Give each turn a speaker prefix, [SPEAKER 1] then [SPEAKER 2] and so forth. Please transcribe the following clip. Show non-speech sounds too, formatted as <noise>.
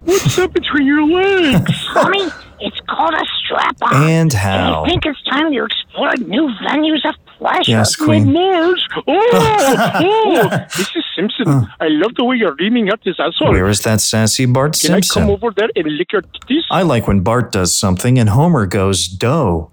[SPEAKER 1] What's up between your legs?
[SPEAKER 2] Homie, it's called a strap on.
[SPEAKER 3] And
[SPEAKER 2] I
[SPEAKER 3] how?
[SPEAKER 2] think it's time you explored new venues of pleasure.
[SPEAKER 3] <laughs> Yes,
[SPEAKER 1] My
[SPEAKER 3] Queen.
[SPEAKER 1] nails. Oh,
[SPEAKER 3] <laughs>
[SPEAKER 1] oh, Mrs. Simpson,
[SPEAKER 3] Uh.
[SPEAKER 1] I love the way you're reaming up this asshole.
[SPEAKER 3] Where is that sassy Bart
[SPEAKER 1] Can I come
[SPEAKER 3] Simpson?
[SPEAKER 1] over there and lick your titties?
[SPEAKER 3] I like when Bart does something and Homer goes, dough.